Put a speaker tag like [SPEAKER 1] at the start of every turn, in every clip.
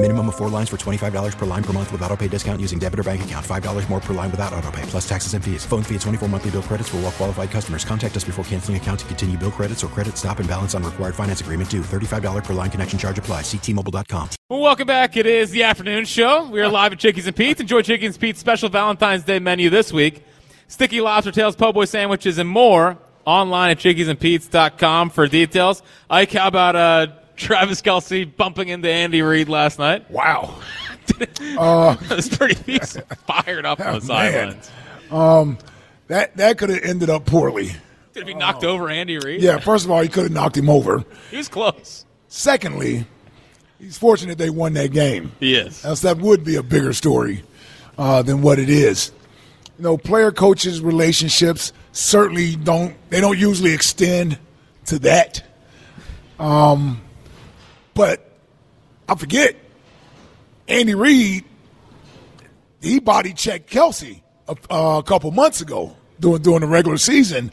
[SPEAKER 1] Minimum of four lines for $25 per line per month with auto pay discount using debit or bank account. $5 more per line without auto pay, plus taxes and fees. Phone fee at 24 monthly bill credits for all well qualified customers. Contact us before canceling account to continue bill credits or credit stop and balance on required finance agreement due. $35 per line connection charge applies. Ctmobile.com.
[SPEAKER 2] Well, welcome back. It is the afternoon show. We are live at Chickies and Pete's. Enjoy Chickies and Pete's special Valentine's Day menu this week. Sticky lobster tails, po' boy sandwiches, and more. Online at chickiesandpete's.com for details. Ike, how about uh, Travis Kelsey bumping into Andy Reid last night?
[SPEAKER 3] Wow.
[SPEAKER 2] That was pretty he's fired up on the
[SPEAKER 3] Oh, Man.
[SPEAKER 2] sidelines.
[SPEAKER 3] Um, that that could have ended up poorly.
[SPEAKER 2] Did he knocked over Andy Reid?
[SPEAKER 3] Oh. Yeah, first of all, he could have knocked him over.
[SPEAKER 2] He was close.
[SPEAKER 3] Secondly, he's fortunate they won that game.
[SPEAKER 2] He is.
[SPEAKER 3] Else that would be a bigger story uh, than what it is. You know, player coaches relationships certainly don't they don't usually extend to that. Um, but I forget Andy Reid. He body checked Kelsey a, a couple months ago during during the regular season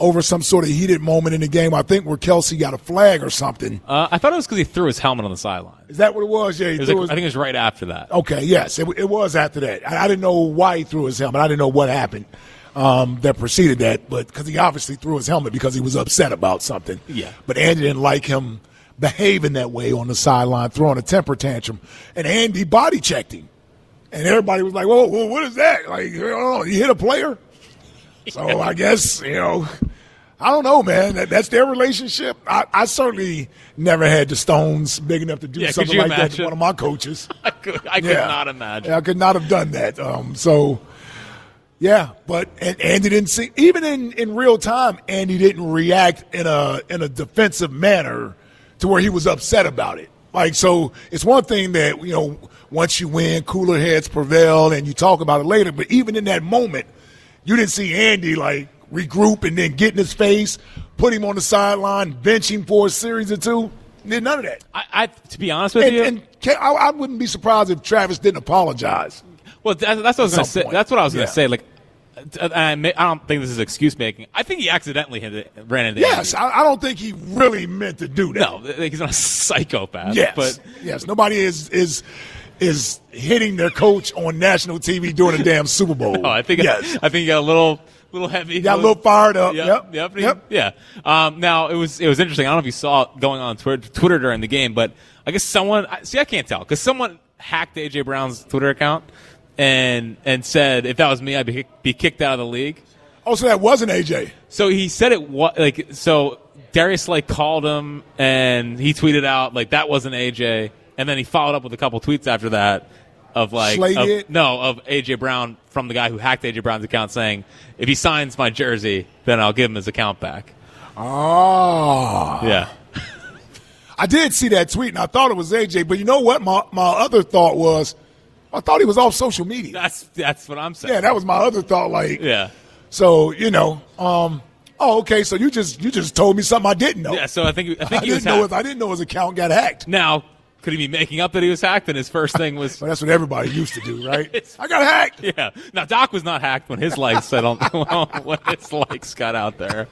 [SPEAKER 3] over some sort of heated moment in the game. I think where Kelsey got a flag or something.
[SPEAKER 2] Uh, I thought it was because he threw his helmet on the sideline.
[SPEAKER 3] Is that what it was? Oh. Yeah, he
[SPEAKER 2] It was
[SPEAKER 3] threw
[SPEAKER 2] like-
[SPEAKER 3] his-
[SPEAKER 2] I think it was right after that.
[SPEAKER 3] Okay, yes, it, it was after that. I, I didn't know why he threw his helmet. I didn't know what happened um, that preceded that, but because he obviously threw his helmet because he was upset about something.
[SPEAKER 2] Yeah.
[SPEAKER 3] But Andy didn't like him behaving that way on the sideline, throwing a temper tantrum, and Andy body checked him, and everybody was like, "Whoa, whoa what is that? Like, you know, you hit a player?" So I guess you know. I don't know, man. That, that's their relationship. I, I certainly never had the stones big enough to do
[SPEAKER 2] Yeah, could
[SPEAKER 3] something
[SPEAKER 2] you
[SPEAKER 3] like that to
[SPEAKER 2] imagine?
[SPEAKER 3] one of my coaches.
[SPEAKER 2] I could, I could not imagine.
[SPEAKER 3] Yeah, I could not have done that. Um, so, yeah, but and Andy didn't see even in, in real time. Andy didn't react in a in a defensive manner to where he was upset about it. Like so, it's one thing that you know once you win, cooler heads prevail, and you talk about it later. But even in that moment, you didn't see Andy like regroup and then get in his face, put him on the sideline, bench him for a series or two. Did none of that.
[SPEAKER 2] I, I, to be honest with
[SPEAKER 3] And,
[SPEAKER 2] you,
[SPEAKER 3] and Ke- I, I wouldn't be surprised if Travis didn't apologize.
[SPEAKER 2] Well, that, that's what I was going to
[SPEAKER 3] some
[SPEAKER 2] say.
[SPEAKER 3] point.
[SPEAKER 2] That's what I was going
[SPEAKER 3] Yeah.
[SPEAKER 2] to say. Like, uh, I, may, I don't think this is excuse making. I think he accidentally hit it, ran into.
[SPEAKER 3] Yes,
[SPEAKER 2] Andy.
[SPEAKER 3] I, I don't think he really meant to do that.
[SPEAKER 2] no, like, he's not a psychopath.
[SPEAKER 3] Yes.
[SPEAKER 2] but
[SPEAKER 3] yes. Nobody is is is hitting their coach on national TV during a damn Super Bowl.
[SPEAKER 2] oh, I think
[SPEAKER 3] yes.
[SPEAKER 2] I think he got a little little heavy.
[SPEAKER 3] Got a little fired up.
[SPEAKER 2] Yep.
[SPEAKER 3] Yep.
[SPEAKER 2] Yep.
[SPEAKER 3] Yep.
[SPEAKER 2] Yeah. Um, now it was it was interesting. I don't know if you saw it going on Twitter, Twitter during the game, but I guess someone I- see I can't tell because someone hacked AJ Brown's Twitter account and and said if that was me I'd be, be kicked out of the league.
[SPEAKER 3] Oh, so that wasn't AJ.
[SPEAKER 2] So he said it was like so. Darius like called him and he tweeted out like that wasn't AJ, and then he followed up with a couple tweets after that of like
[SPEAKER 3] Slay
[SPEAKER 2] of-
[SPEAKER 3] it?
[SPEAKER 2] no of AJ Brown from the guy who hacked AJ Brown's account saying if he signs my jersey then I'll give him his account back.
[SPEAKER 3] Oh.
[SPEAKER 2] Yeah,
[SPEAKER 3] I did see that tweet and I thought it was AJ, but you know what? My my other thought was I thought he was off social media.
[SPEAKER 2] that's that's what I'm saying.
[SPEAKER 3] Yeah, that was my other thought. Like,
[SPEAKER 2] yeah.
[SPEAKER 3] so you know, um, oh, okay. So you just you just told me something I didn't know.
[SPEAKER 2] Yeah, so I think I think
[SPEAKER 3] I
[SPEAKER 2] he was
[SPEAKER 3] didn't know.
[SPEAKER 2] hacked.
[SPEAKER 3] His, I didn't know his account got hacked.
[SPEAKER 2] now could he be making up that he was hacked and his first thing was
[SPEAKER 3] But that's what everybody used to do, right? I got hacked.
[SPEAKER 2] Yeah. Now Doc was not hacked when his likes set on when his likes got out there.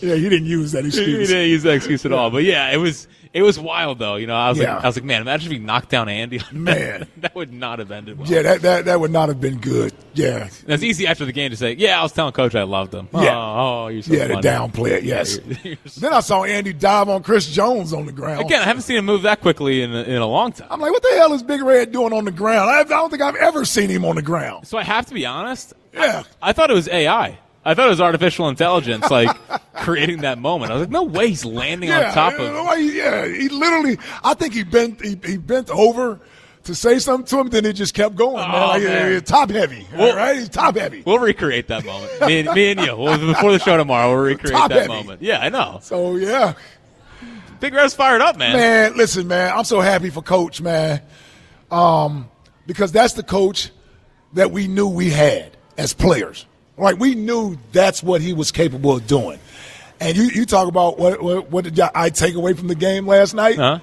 [SPEAKER 3] Yeah, he didn't use that
[SPEAKER 2] he
[SPEAKER 3] excuse.
[SPEAKER 2] didn't use that excuse at all. But yeah, it was it was wild though. You know, I was
[SPEAKER 3] Yeah.
[SPEAKER 2] like I was like, man, imagine if he knocked down Andy. on that.
[SPEAKER 3] Man.
[SPEAKER 2] that would not have ended well.
[SPEAKER 3] Yeah, that, that that would not have been good. Yeah,
[SPEAKER 2] And it's easy after the game to say, yeah, I was telling coach I loved him.
[SPEAKER 3] Yeah.
[SPEAKER 2] Oh, oh, you're so
[SPEAKER 3] yeah, to
[SPEAKER 2] funny.
[SPEAKER 3] downplay it. Yes.
[SPEAKER 2] You're so-
[SPEAKER 3] then I saw Andy dive on Chris Jones on the ground.
[SPEAKER 2] Again, I haven't seen him move that quickly in a, in a long time.
[SPEAKER 3] I'm like, what the hell is Big Red doing on the ground? I, I don't think I've ever seen him on the ground.
[SPEAKER 2] So I have to be honest.
[SPEAKER 3] Yeah.
[SPEAKER 2] I thought it was AI. I thought it was artificial intelligence, like creating that moment. I was like, no way he's landing on top
[SPEAKER 3] you know
[SPEAKER 2] of.
[SPEAKER 3] why he- yeah, he literally. I think he bent he, he bent over to say something to him. Then it just kept going. man.
[SPEAKER 2] Oh,
[SPEAKER 3] Like,
[SPEAKER 2] man.
[SPEAKER 3] uh, top heavy,
[SPEAKER 2] Well-
[SPEAKER 3] right? He's top heavy.
[SPEAKER 2] We'll recreate that moment. Me and, me and you. Well, before the show tomorrow, we'll recreate
[SPEAKER 3] Top
[SPEAKER 2] that
[SPEAKER 3] heavy.
[SPEAKER 2] moment. Yeah, I know.
[SPEAKER 3] so yeah,
[SPEAKER 2] Big Rev's fired up, man.
[SPEAKER 3] man. Listen, man. I'm so happy for Coach, man, um, because that's the coach that we knew we had as players. Right? We knew that's what he was capable of doing. And you, you talk about what, what what did I take away from the game last night?
[SPEAKER 2] Huh?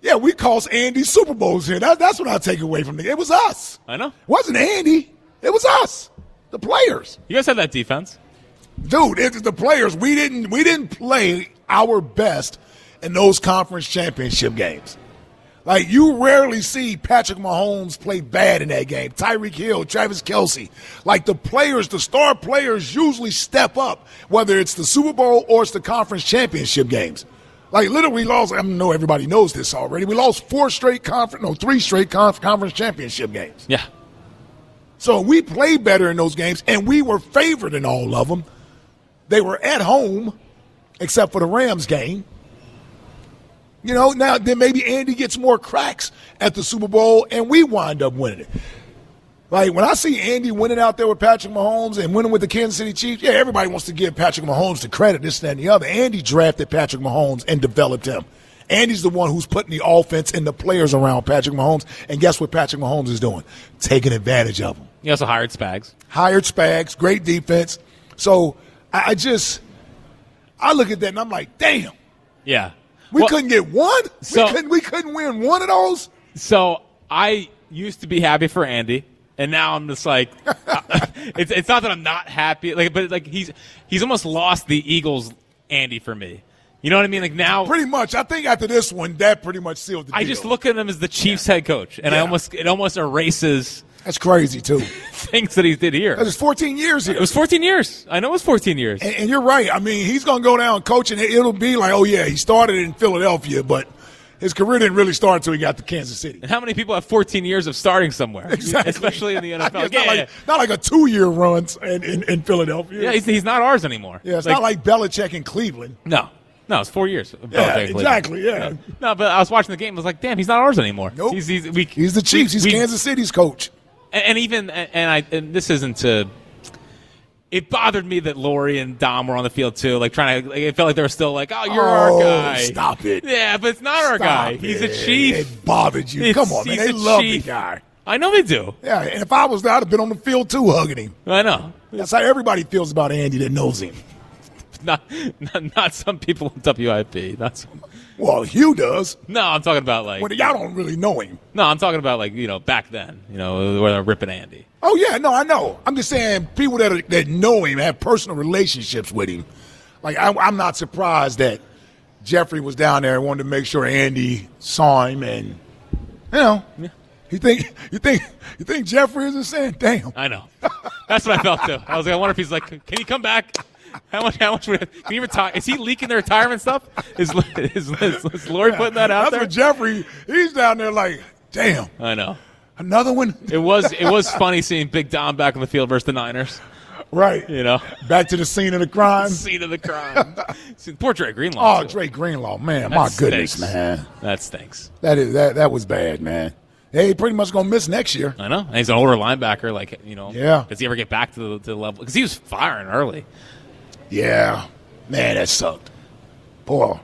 [SPEAKER 3] Yeah, we cost Andy Super Bowls here. That, that's what I take away from it. It was us.
[SPEAKER 2] I know.
[SPEAKER 3] It wasn't Andy. It was us, the players.
[SPEAKER 2] You guys have that defense.
[SPEAKER 3] Dude, it's the players. We didn't we didn't play our best in those conference championship games. Like you rarely see Patrick Mahomes play bad in that game. Tyreek Hill, Travis Kelsey. Like the players, the star players usually step up, whether it's the Super Bowl or it's the conference championship games. Like literally we lost, I know everybody knows this already. We lost four straight conference, no, three straight conf- conference championship games.
[SPEAKER 2] Yeah.
[SPEAKER 3] So we played better in those games, and we were favored in all of them. They were at home, except for the Rams game. You know, now then maybe Andy gets more cracks at the Super Bowl, and we wind up winning it. Like when I see Andy winning out there with Patrick Mahomes and winning with the Kansas City Chiefs, yeah, everybody wants to give Patrick Mahomes the credit, this, that, and the other. Andy drafted Patrick Mahomes and developed him. Andy's the one who's putting the offense and the players around Patrick Mahomes. And guess what Patrick Mahomes is doing? Taking advantage of him
[SPEAKER 2] You also hired Spags.
[SPEAKER 3] hired Spags, great defense. So I, I just, I look at that and I'm like, damn,
[SPEAKER 2] Yeah.
[SPEAKER 3] we
[SPEAKER 2] Well-
[SPEAKER 3] couldn't get one.
[SPEAKER 2] So-
[SPEAKER 3] we couldn't, we couldn't win one of those.
[SPEAKER 2] So I used to be happy for Andy, and now I'm just like, uh, it's it's not that I'm not happy, like, but like he's he's almost lost the Eagles Andy for me. You know what I mean? Like now,
[SPEAKER 3] Pretty much, I think after this one, that pretty much sealed the deal.
[SPEAKER 2] I just look at him as the Chiefs head coach, and I
[SPEAKER 3] Yeah.
[SPEAKER 2] almost it almost erases
[SPEAKER 3] That's crazy too.
[SPEAKER 2] things that he did here.
[SPEAKER 3] That's just 14 years here.
[SPEAKER 2] It was 14 years. I know it was 14 years.
[SPEAKER 3] And, and you're right. I mean, he's going to go down coaching. It- It'll be like, oh yeah, he started in Philadelphia, but his career didn't really start until he got to Kansas City.
[SPEAKER 2] And how many people have 14 years of starting somewhere, especially in the NFL?
[SPEAKER 3] It's not,
[SPEAKER 2] yeah, yeah,
[SPEAKER 3] like, not like a two-year run in, in, in Philadelphia.
[SPEAKER 2] yeah. Yeah, he's, Oh, he's not ours anymore.
[SPEAKER 3] yeah, it's not like Belichick in Cleveland.
[SPEAKER 2] No, no, it's four years.
[SPEAKER 3] Yeah,
[SPEAKER 2] Belichick leaving.
[SPEAKER 3] exactly, yeah.
[SPEAKER 2] No, but I was watching the game. I was like, damn, he's not ours anymore.
[SPEAKER 3] Nope.
[SPEAKER 2] He's, he's, we,
[SPEAKER 3] He's the Chiefs. He's
[SPEAKER 2] we-
[SPEAKER 3] Kansas City's coach.
[SPEAKER 2] And, and even and I and this isn't to. It bothered me that Lori and Dom were on the field too. Like trying to, like, it felt like they were still like, "Oh, you're
[SPEAKER 3] Oh,
[SPEAKER 2] our guy."
[SPEAKER 3] stop it.
[SPEAKER 2] Yeah, but it's not our
[SPEAKER 3] Stop
[SPEAKER 2] guy.
[SPEAKER 3] it.
[SPEAKER 2] He's a chief.
[SPEAKER 3] It bothered you.
[SPEAKER 2] It's-
[SPEAKER 3] Come on, man.
[SPEAKER 2] he's
[SPEAKER 3] They
[SPEAKER 2] a
[SPEAKER 3] love
[SPEAKER 2] chief.
[SPEAKER 3] the guy.
[SPEAKER 2] I know they do.
[SPEAKER 3] Yeah, and if I was there, I'd have been on the field too, hugging him.
[SPEAKER 2] I know.
[SPEAKER 3] That's how everybody feels about Andy that knows him.
[SPEAKER 2] Not, not, not some people on WIP. Not some,
[SPEAKER 3] Well, Hugh does.
[SPEAKER 2] no, I'm talking about like.
[SPEAKER 3] When y'all don't really know him.
[SPEAKER 2] No, I'm talking about like you know back then. You know where they're ripping Andy.
[SPEAKER 3] Oh yeah, no, I know. I'm just saying people that are, that know him have personal relationships with him. Like I, I'm not surprised that Jeffrey was down there and wanted to make sure Andy saw him, and you know, you think you think you think Jeffrey isn't saying, "Damn,
[SPEAKER 2] I know. That's what I felt too. I was like, I wonder if he's like, can you come back? How much? How much? Would, can you retire? Is he leaking the retirement stuff? Is is, is, is Lori putting that out
[SPEAKER 3] That's
[SPEAKER 2] there?
[SPEAKER 3] what Jeffrey. He's down there like, damn,
[SPEAKER 2] I know.
[SPEAKER 3] another one.
[SPEAKER 2] It was it was funny seeing Big Dom back on the field versus the Niners.
[SPEAKER 3] Right.
[SPEAKER 2] You know,
[SPEAKER 3] Back to the scene of the crime.
[SPEAKER 2] scene of the crime. Poor Dre Greenlaw.
[SPEAKER 3] Oh,
[SPEAKER 2] too.
[SPEAKER 3] Drake Greenlaw, man,
[SPEAKER 2] That
[SPEAKER 3] my goodness,
[SPEAKER 2] stinks.
[SPEAKER 3] man,
[SPEAKER 2] That stinks.
[SPEAKER 3] that is that that was bad, man. Hey, he pretty much gonna miss next year.
[SPEAKER 2] I know. And he's an older linebacker. Like you know,
[SPEAKER 3] Yeah.
[SPEAKER 2] Does he ever get back to the, to the level? Because he was firing early.
[SPEAKER 3] Yeah, man, that sucked. Boy,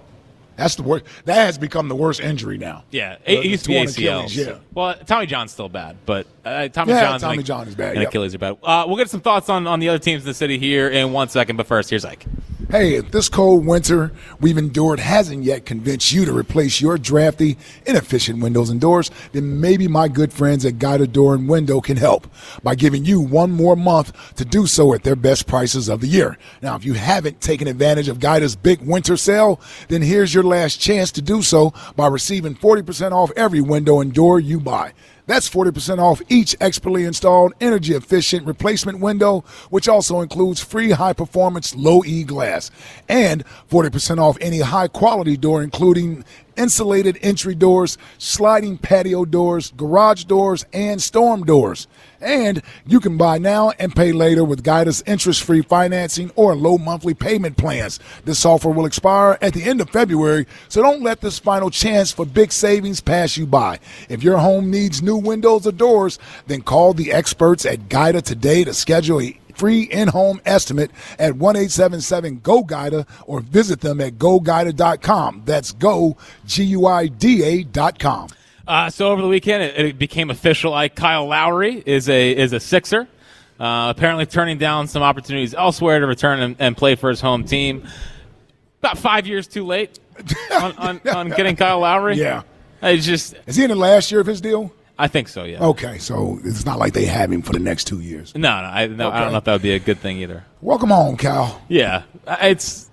[SPEAKER 3] that's the worst. That has become the worst injury now.
[SPEAKER 2] Yeah,
[SPEAKER 3] The-
[SPEAKER 2] it
[SPEAKER 3] the
[SPEAKER 2] used to be
[SPEAKER 3] torn
[SPEAKER 2] ACL.
[SPEAKER 3] Achilles, yeah.
[SPEAKER 2] Well, Tommy John's still bad, but uh, Tommy
[SPEAKER 3] Yeah,
[SPEAKER 2] John's
[SPEAKER 3] Tommy
[SPEAKER 2] and,
[SPEAKER 3] John is bad,
[SPEAKER 2] And
[SPEAKER 3] yep.
[SPEAKER 2] Achilles are bad. Uh, we'll get some thoughts on, on the other teams in the city here in one second. But first, here's Ike.
[SPEAKER 3] Hey, if this cold winter we've endured hasn't yet convinced you to replace your drafty, inefficient windows and doors, then maybe my good friends at Guided Door and Window can help by giving you one more month to do so at their best prices of the year. Now, if you haven't taken advantage of Guida's big winter sale, then here's your last chance to do so by receiving 40% off every window and door you buy. That's 40% off each expertly installed energy efficient replacement window, which also includes free high performance low E glass and 40% off any high quality door, including insulated entry doors, sliding patio doors, garage doors, and storm doors. And you can buy now and pay later with Guidus interest free financing or low monthly payment plans. This software will expire at the end of February, so don't let this final chance for big savings pass you by. If your home needs new windows or doors, then call the experts at Guida today to schedule a free in-home estimate at 1-877-GO-GUIDA or visit them at goguida.com. That's go, G-U-I-D-A dot com.
[SPEAKER 2] Uh, so over the weekend, it, it became official. Like Kyle Lowry is a is a Sixer. Uh, apparently, turning down some opportunities elsewhere to return and, and play for his home team. About five years too late on, on, on getting Kyle Lowry.
[SPEAKER 3] Yeah.
[SPEAKER 2] it's just
[SPEAKER 3] Is he in the last year of his deal?
[SPEAKER 2] I think so. Yeah.
[SPEAKER 3] Okay, so it's not like they have him for the next two years.
[SPEAKER 2] No, no, I, no I don't
[SPEAKER 3] Okay.
[SPEAKER 2] know if that would be a good thing either.
[SPEAKER 3] Welcome home, Cal.
[SPEAKER 2] Yeah, I- it's.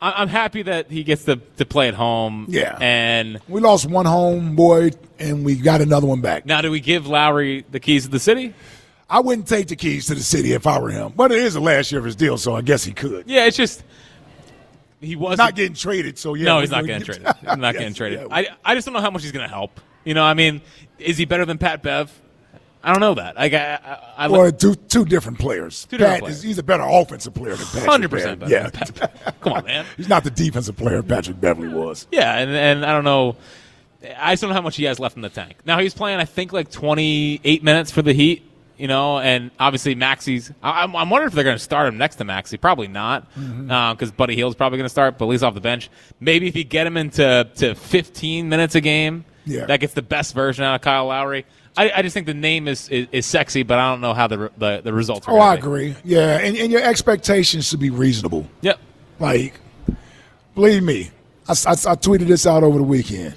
[SPEAKER 2] I- I'm happy that he gets to, to play at home.
[SPEAKER 3] Yeah.
[SPEAKER 2] and
[SPEAKER 3] We lost one home boy, and we got another one back.
[SPEAKER 2] now do we give Lowry the keys to the city?
[SPEAKER 3] I wouldn't take the keys to the city if I were him, but it is the last year of his deal, so I guess he could.
[SPEAKER 2] Yeah, it's just he was
[SPEAKER 3] Not getting traded, so yeah.
[SPEAKER 2] no,
[SPEAKER 3] we-
[SPEAKER 2] he's not
[SPEAKER 3] we-
[SPEAKER 2] getting traded. He's not getting
[SPEAKER 3] Yes,
[SPEAKER 2] traded.
[SPEAKER 3] yeah.
[SPEAKER 2] I I just don't know how much he's going to help. You know, I mean, is he better than Pat Bev? I don't know that. Like, I I, I
[SPEAKER 3] Well, two two different players.
[SPEAKER 2] Two
[SPEAKER 3] Pat
[SPEAKER 2] different
[SPEAKER 3] Is,
[SPEAKER 2] players.
[SPEAKER 3] he's a better offensive player than Patrick.
[SPEAKER 2] hundred percent
[SPEAKER 3] Bev.
[SPEAKER 2] better. than
[SPEAKER 3] Yeah,
[SPEAKER 2] Pat- Come on, man.
[SPEAKER 3] he's not the defensive player Patrick Beverly was.
[SPEAKER 2] Yeah, and, and I don't know. I just don't know how much he has left in the tank. Now he's playing, I think, like 28 minutes for the Heat. You know, and obviously Maxi's. I- I'm, I'm wondering if they're going to start him next to Maxi. Probably not, because
[SPEAKER 3] Mm-hmm.
[SPEAKER 2] Buddy Hield's probably going to start, but at least off the bench. Maybe if you get him into to 15 minutes a game,
[SPEAKER 3] Yeah.
[SPEAKER 2] that gets the best version out of Kyle Lowry. I, I just think the name is, is, is sexy, but I don't know how the re- the, the results. Are
[SPEAKER 3] Oh,
[SPEAKER 2] gonna
[SPEAKER 3] I
[SPEAKER 2] be.
[SPEAKER 3] agree. Yeah, and, and your expectations should be reasonable.
[SPEAKER 2] Yep.
[SPEAKER 3] Like, believe me, I, s- I s- I tweeted this out over the weekend.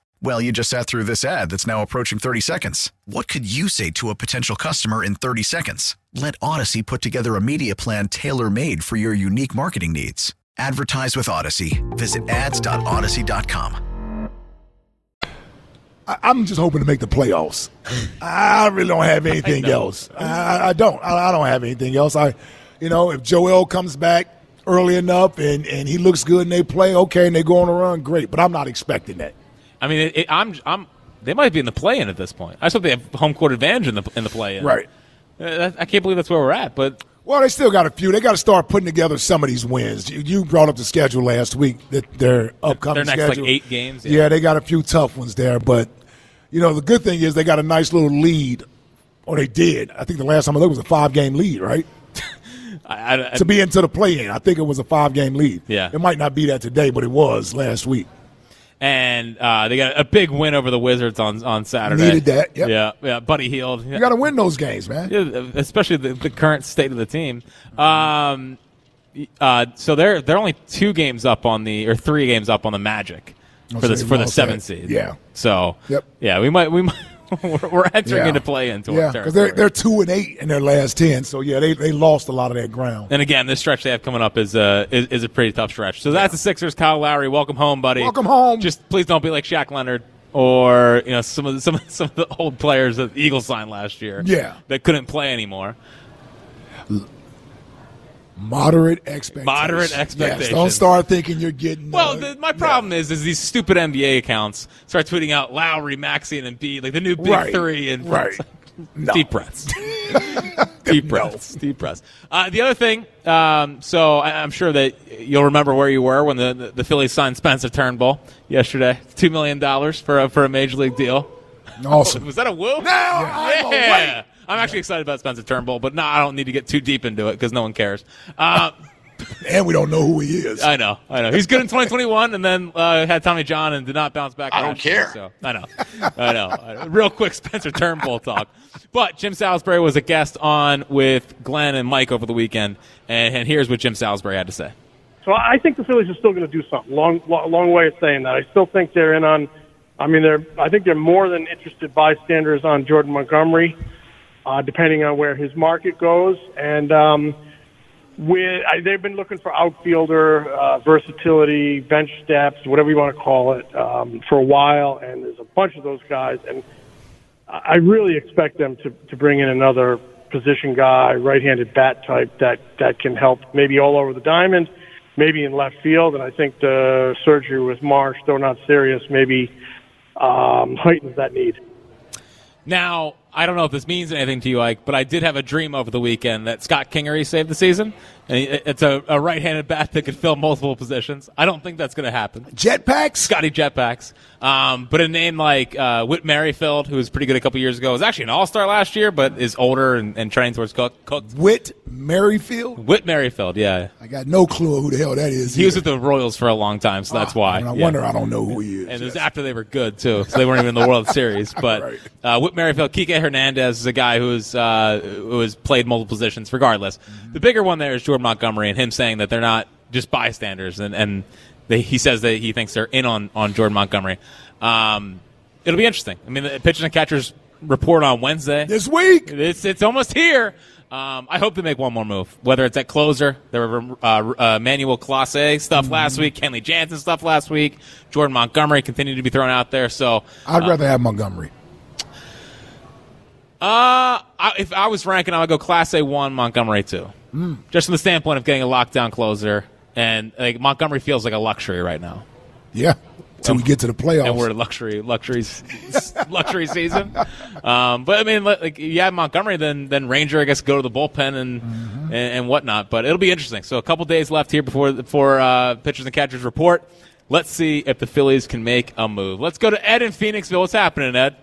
[SPEAKER 4] Well, you just sat through this ad that's now approaching 30 seconds. What could you say to a potential customer in 30 seconds? Let Odyssey put together a media plan tailor made for your unique marketing needs. Advertise with Odyssey. Visit ads.odyssey.com.
[SPEAKER 3] I, I'm just hoping to make the playoffs. I really don't have anything else. I, I- I don't. I, I don't have anything else. I, you know, if Joel comes back early enough and, and he looks good and they play okay and they go on a run, great. But I'm not expecting that.
[SPEAKER 2] I mean, it, it, I'm I'm. They might be in the play-in at this point. I just hope they have home court advantage in the in the play-in.
[SPEAKER 3] Right.
[SPEAKER 2] Uh, that- I can't believe that's where we're at, but
[SPEAKER 3] Well, they still got a few. They got to start putting together some of these wins. You, you brought up the schedule last week that their
[SPEAKER 2] Their
[SPEAKER 3] upcoming
[SPEAKER 2] next, like,
[SPEAKER 3] schedule.
[SPEAKER 2] eight games, yeah.
[SPEAKER 3] Yeah. they got a few tough ones there, but you know the good thing is they got a nice little lead, or they did. I think the last time I looked was a five game lead, right?
[SPEAKER 2] I, I, I,
[SPEAKER 3] to be into the play in. I think it was a five game lead.
[SPEAKER 2] Yeah.
[SPEAKER 3] It might not be that today, but it was last week.
[SPEAKER 2] and uh, they got a big win over the Wizards on on Saturday.
[SPEAKER 3] Needed that, yep.
[SPEAKER 2] Yeah, yeah. Buddy Healed.
[SPEAKER 3] You got to win those games, man.
[SPEAKER 2] Yeah, uh, especially the, the current state of the team. Um, uh, so they're they're only two games up on the or three games up on the Magic for
[SPEAKER 3] so
[SPEAKER 2] the
[SPEAKER 3] they
[SPEAKER 2] for the
[SPEAKER 3] lost
[SPEAKER 2] seven
[SPEAKER 3] that.
[SPEAKER 2] seed.
[SPEAKER 3] Yeah.
[SPEAKER 2] So
[SPEAKER 3] Yep.
[SPEAKER 2] yeah, we might we might we're, we're entering
[SPEAKER 3] Yeah.
[SPEAKER 2] into play into
[SPEAKER 3] Yeah, because they're, they're two and eight in their last 10. So, yeah, they, they lost a lot of that ground.
[SPEAKER 2] And again, this stretch they have coming up is uh, is, is a pretty tough stretch. So that's the Sixers. Kyle Lowry, welcome home, buddy.
[SPEAKER 3] Welcome home.
[SPEAKER 2] Just please don't be like Shaq Leonard or you know some of the, some of- some of the old players that the Eagles signed last year.
[SPEAKER 3] Yeah.
[SPEAKER 2] that couldn't play anymore.
[SPEAKER 3] Moderate expectations.
[SPEAKER 2] Moderate
[SPEAKER 3] Yes, don't
[SPEAKER 2] expectations.
[SPEAKER 3] start thinking you're getting.
[SPEAKER 2] Well,
[SPEAKER 3] uh,
[SPEAKER 2] the, my problem is, is these stupid NBA accounts start tweeting out Lowry, Maxey, and Embiid, like the new big
[SPEAKER 3] Right.
[SPEAKER 2] three, and
[SPEAKER 3] Right. No.
[SPEAKER 2] deep breaths, deep breaths, deep breaths. Uh, the other thing, um, so I, I'm sure that you'll remember where you were when the the, the Phillies signed Spencer Turnbull yesterday, two million dollars for a, for a major league deal.
[SPEAKER 3] awesome.
[SPEAKER 2] Was that a whoop?
[SPEAKER 3] Now I'm
[SPEAKER 2] yeah. I'm actually excited about Spencer Turnbull, but no, I don't need to get too deep into it because no one cares. Uh,
[SPEAKER 3] And we don't know who he is.
[SPEAKER 2] I know, I know. He's good in 2021, and then uh, had Tommy John and did not bounce back.
[SPEAKER 5] I don't
[SPEAKER 2] last
[SPEAKER 5] care.
[SPEAKER 2] year, so I know, I know. I know. Real quick, Spencer Turnbull talk. But Jim Salisbury was a guest on with Glenn and Mike over the weekend, and, and here's what Jim Salisbury had to say.
[SPEAKER 5] So I think the Phillies are still going to do something. Long, lo- long way of saying that. I still think they're in on. I mean, they're. I think they're more than interested bystanders on Jordan Montgomery, uh, depending on where his market goes. And um, with I, they've been looking for outfielder uh, versatility, bench steps, whatever you want to call it, um, for a while. And there's a bunch of those guys. And I really expect them to, to bring in another position guy, right-handed bat type that, that can help maybe all over the diamond, maybe in left field. And I think the surgery with Marsh, though not serious, maybe um, heightens that need.
[SPEAKER 2] Now, I don't know if this means anything to you, Ike, but I did have a dream over the weekend that Scott Kingery saved the season. And he- it's a, a right-handed bat that could fill multiple positions. I don't think that's going to happen.
[SPEAKER 3] Jetpacks.
[SPEAKER 2] Scotty Jetpacks. Um, but a name like uh, Whit Merrifield, who was pretty good a couple years ago, was actually an All-Star last year, but is older and, and training towards cook, cooked.
[SPEAKER 3] Whit Merrifield.
[SPEAKER 2] Whit Merrifield, yeah,
[SPEAKER 3] I got no clue who the hell that is.
[SPEAKER 2] he was
[SPEAKER 3] either.
[SPEAKER 2] with the Royals for a long time, so that's
[SPEAKER 3] Ah,
[SPEAKER 2] why.
[SPEAKER 3] and I
[SPEAKER 2] Yeah.
[SPEAKER 3] wonder. I don't know who he is.
[SPEAKER 2] And it was
[SPEAKER 3] Yes.
[SPEAKER 2] after they were good too, so they weren't even in the World Series. But
[SPEAKER 3] Right.
[SPEAKER 2] uh, Whit Merrifield, Kike Hernandez is a guy who's uh, who has played multiple positions. Regardless,
[SPEAKER 3] Mm-hmm.
[SPEAKER 2] the bigger one there is Jordan Montgomery and him saying that they're not just bystanders, and and they, he says that he thinks they're in on on Jordan Montgomery. Um, it'll be interesting. I mean, the pitchers and catchers report on Wednesday.
[SPEAKER 3] this week.
[SPEAKER 2] It's it's almost here. Um, I hope they make one more move, whether it's at closer. There were uh, uh, Manuel Classe stuff last week, Kenley Jansen stuff last week, Jordan Montgomery continued to be thrown out there. So, uh,
[SPEAKER 3] I'd rather have Montgomery.
[SPEAKER 2] I, if I was ranking, I would go Class A one, Montgomery two, just from the standpoint of getting a lockdown closer. And like Montgomery feels like a luxury right now.
[SPEAKER 3] Yeah. Till we get to the
[SPEAKER 2] and we're
[SPEAKER 3] playoffs.
[SPEAKER 2] in luxury luxury luxury season. Um, but I mean, li- like you have Montgomery, then then Ranger, I guess, go to the bullpen and
[SPEAKER 3] Mm-hmm.
[SPEAKER 2] and, and whatnot. But it'll be interesting. So a couple days left here before before uh, pitchers and catchers report. Let's see if the Phillies can make a move. Let's go to Ed in Phoenixville. What's happening, Ed?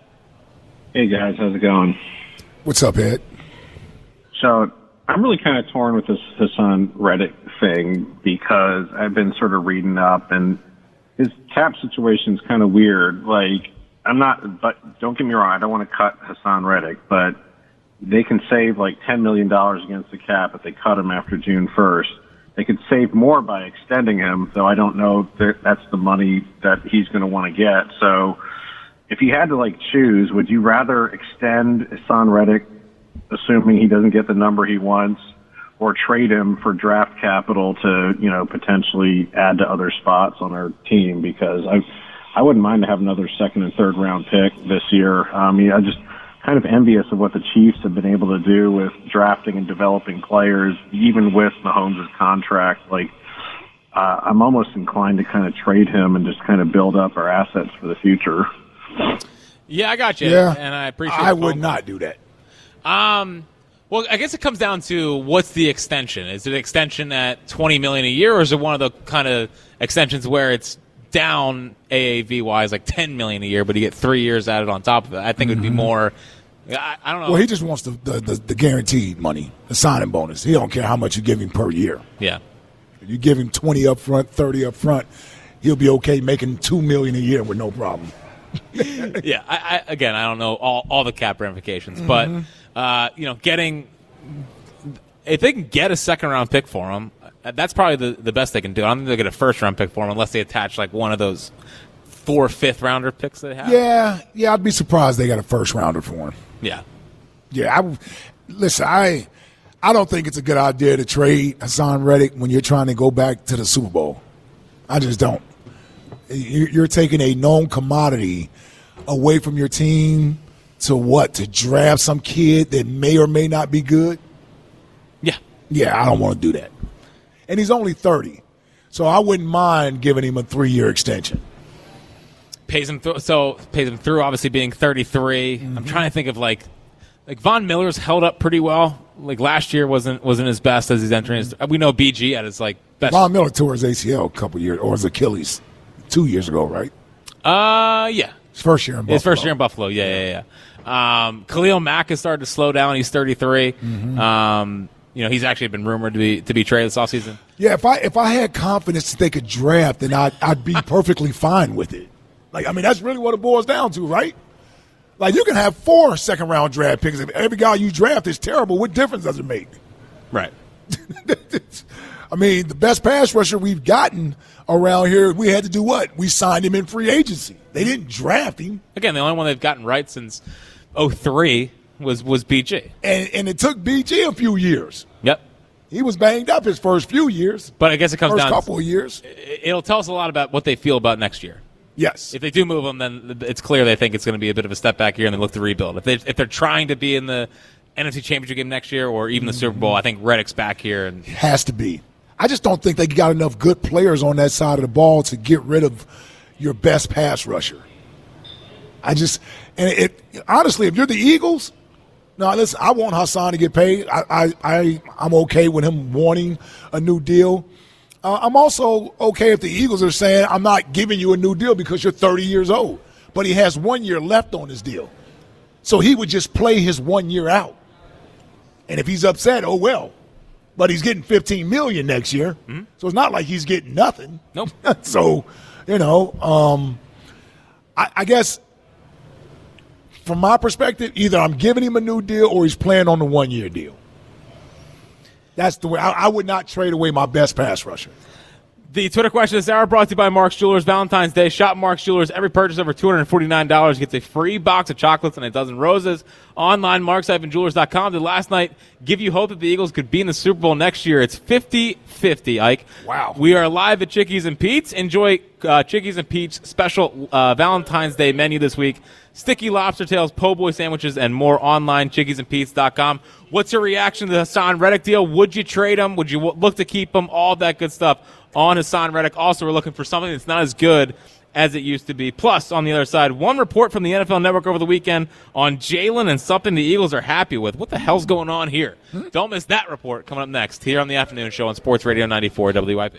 [SPEAKER 5] Hey guys, how's it going?
[SPEAKER 3] What's up, Ed?
[SPEAKER 5] So I'm really kind of torn with this Hassan Reddick thing because I've been sort of reading up and his tap situation's kind of weird. Like I'm not, but don't get me wrong, I don't want to cut Hassan Reddick, but they can save like $10 million against the cap if they cut him after June 1st. They could save more by extending him, though I don't know that that's the money that he's going to want to get. So if you had to like choose, would you rather extend Hassan Reddick, assuming he doesn't get the number he wants, or trade him for draft capital to you know potentially add to other spots on our team? Because I, I wouldn't mind to have another second and third round pick this year. I mean, I just kind of envious of what the Chiefs have been able to do with drafting and developing players, even with Mahomes' contract. Like, uh, I'm almost inclined to kind of trade him and just kind of build up our assets for the future.
[SPEAKER 2] Yeah, I got you.
[SPEAKER 3] Yeah.
[SPEAKER 2] and I appreciate. the
[SPEAKER 3] I
[SPEAKER 2] phone
[SPEAKER 3] would
[SPEAKER 2] call.
[SPEAKER 3] not do that.
[SPEAKER 2] Well, I guess it comes down to what's the extension? Is it an extension at twenty million a year, or is it one of the kind of extensions where it's down AAV wise, like ten million a year, but you get three years added on top of it? I think it would be more. I, I don't know.
[SPEAKER 3] Mm-hmm. Well, he just wants the the, the, the guaranteed money, the signing bonus. He don't care how much you give him per year.
[SPEAKER 2] yeah,
[SPEAKER 3] If you give him twenty up front, thirty up front, he'll be okay making two million a year with no problem.
[SPEAKER 2] yeah. I, I, again, I don't know all, all the cap ramifications,
[SPEAKER 3] Mm-hmm.
[SPEAKER 2] but uh, you know, getting if they can get a second round pick for him, uh, that's probably the, the best they can do. I don't think they'll get a first round pick for him unless they attach like one of those four fifth rounder picks they have.
[SPEAKER 3] Yeah, yeah, I'd be surprised they got a first rounder for him.
[SPEAKER 2] yeah.
[SPEAKER 3] Yeah, I w- listen. I I don't think it's a good idea to trade Hassan Reddick when you're trying to go back to the Super Bowl. I just don't. You- You're taking a known commodity away from your team to what? To draft some kid that may or may not be good.
[SPEAKER 2] Yeah,
[SPEAKER 3] Yeah, I don't want to do that. And he's only 30. So I wouldn't mind giving him a three year extension.
[SPEAKER 2] Pays him through. So pays him through. Obviously, being 33.
[SPEAKER 3] Mm-hmm.
[SPEAKER 2] I'm trying to think of like, like Von Miller's held up pretty well. Like last year wasn't wasn't his best as he's entering. His,
[SPEAKER 3] Mm-hmm.
[SPEAKER 2] we know BG at his like best.
[SPEAKER 3] Von Miller tore his ACL a couple years, or his Achilles two years ago, right?
[SPEAKER 2] Uh, yeah.
[SPEAKER 3] His first year in Buffalo.
[SPEAKER 2] His first year in Buffalo. Yeah, yeah, yeah. Um, Khalil Mack has started to slow down. He's 33.
[SPEAKER 3] Mm-hmm.
[SPEAKER 2] Um, you know, he's actually been rumored to be to be traded this offseason.
[SPEAKER 3] Yeah, if I if I had confidence that they could draft, then I'd, I'd be perfectly fine with it. Like, I mean, that's really what it boils down to, right? Like, you can have four second round draft picks. If every guy you draft is terrible, what difference does it make?
[SPEAKER 2] Right.
[SPEAKER 3] I mean, the best pass rusher we've gotten around here, we had to do what? We signed him in free agency. They didn't draft him.
[SPEAKER 2] Again, the only one they've gotten right since 03 was was BG.
[SPEAKER 3] And, and it took BG a few years.
[SPEAKER 2] Yep.
[SPEAKER 3] He was banged up his first few years,
[SPEAKER 2] But I guess it comes
[SPEAKER 3] first
[SPEAKER 2] down
[SPEAKER 3] couple of years.
[SPEAKER 2] it'll tell us a lot about what they feel about next year.
[SPEAKER 3] Yes.
[SPEAKER 2] If they do move him, then it's clear they think it's going to be a bit of a step back year and they look to rebuild. If they if they're trying to be in the NFC Championship game next year or even the Super Bowl, I think Reddick's back here and
[SPEAKER 3] has to be. I just don't think they got enough good players on that side of the ball to get rid of your best pass rusher. I just and it honestly, if you're the Eagles, no, listen, I want Hassan to get paid. I I, I I'm okay with him wanting a new deal. Uh, I'm also okay if the Eagles are saying I'm not giving you a new deal because you're 30 years old, but he has one year left on his deal, so he would just play his one year out. And if he's upset, oh well. But he's getting 15 million next year, so it's not like he's getting nothing.
[SPEAKER 2] nope.
[SPEAKER 3] so, you know, um, I, I guess from my perspective, either I'm giving him a new deal or he's playing on the one year deal. That's the way I, I would not trade away my best pass rusher.
[SPEAKER 2] The Twitter question this hour brought to you by Mark's Jewelers. Valentine's Day. Shop Mark's Jewelers. Every purchase over $249 gets a free box of chocolates and a dozen roses. Online, marks-jewelers.com. Did last night give you hope that the Eagles could be in the Super Bowl next year? It's 50-50, Ike.
[SPEAKER 3] Wow.
[SPEAKER 2] We are live at Chickies and Pete's. Enjoy uh, Chickies and Pete's special uh, Valentine's Day menu this week. Sticky lobster tails, po' boy sandwiches, and more online, chickiesandpete's.com. What's your reaction to the Hassan Reddick deal? Would you trade him? Would you w- look to keep him? All that good stuff on Hassan Reddick. Also, we're looking for something that's not as good as it used to be. Plus, on the other side, one report from the NFL Network over the weekend on Jalen and something the Eagles are happy with. What the hell's going on here? Don't miss that report coming up next here on the afternoon show on Sports Radio 94 WIP.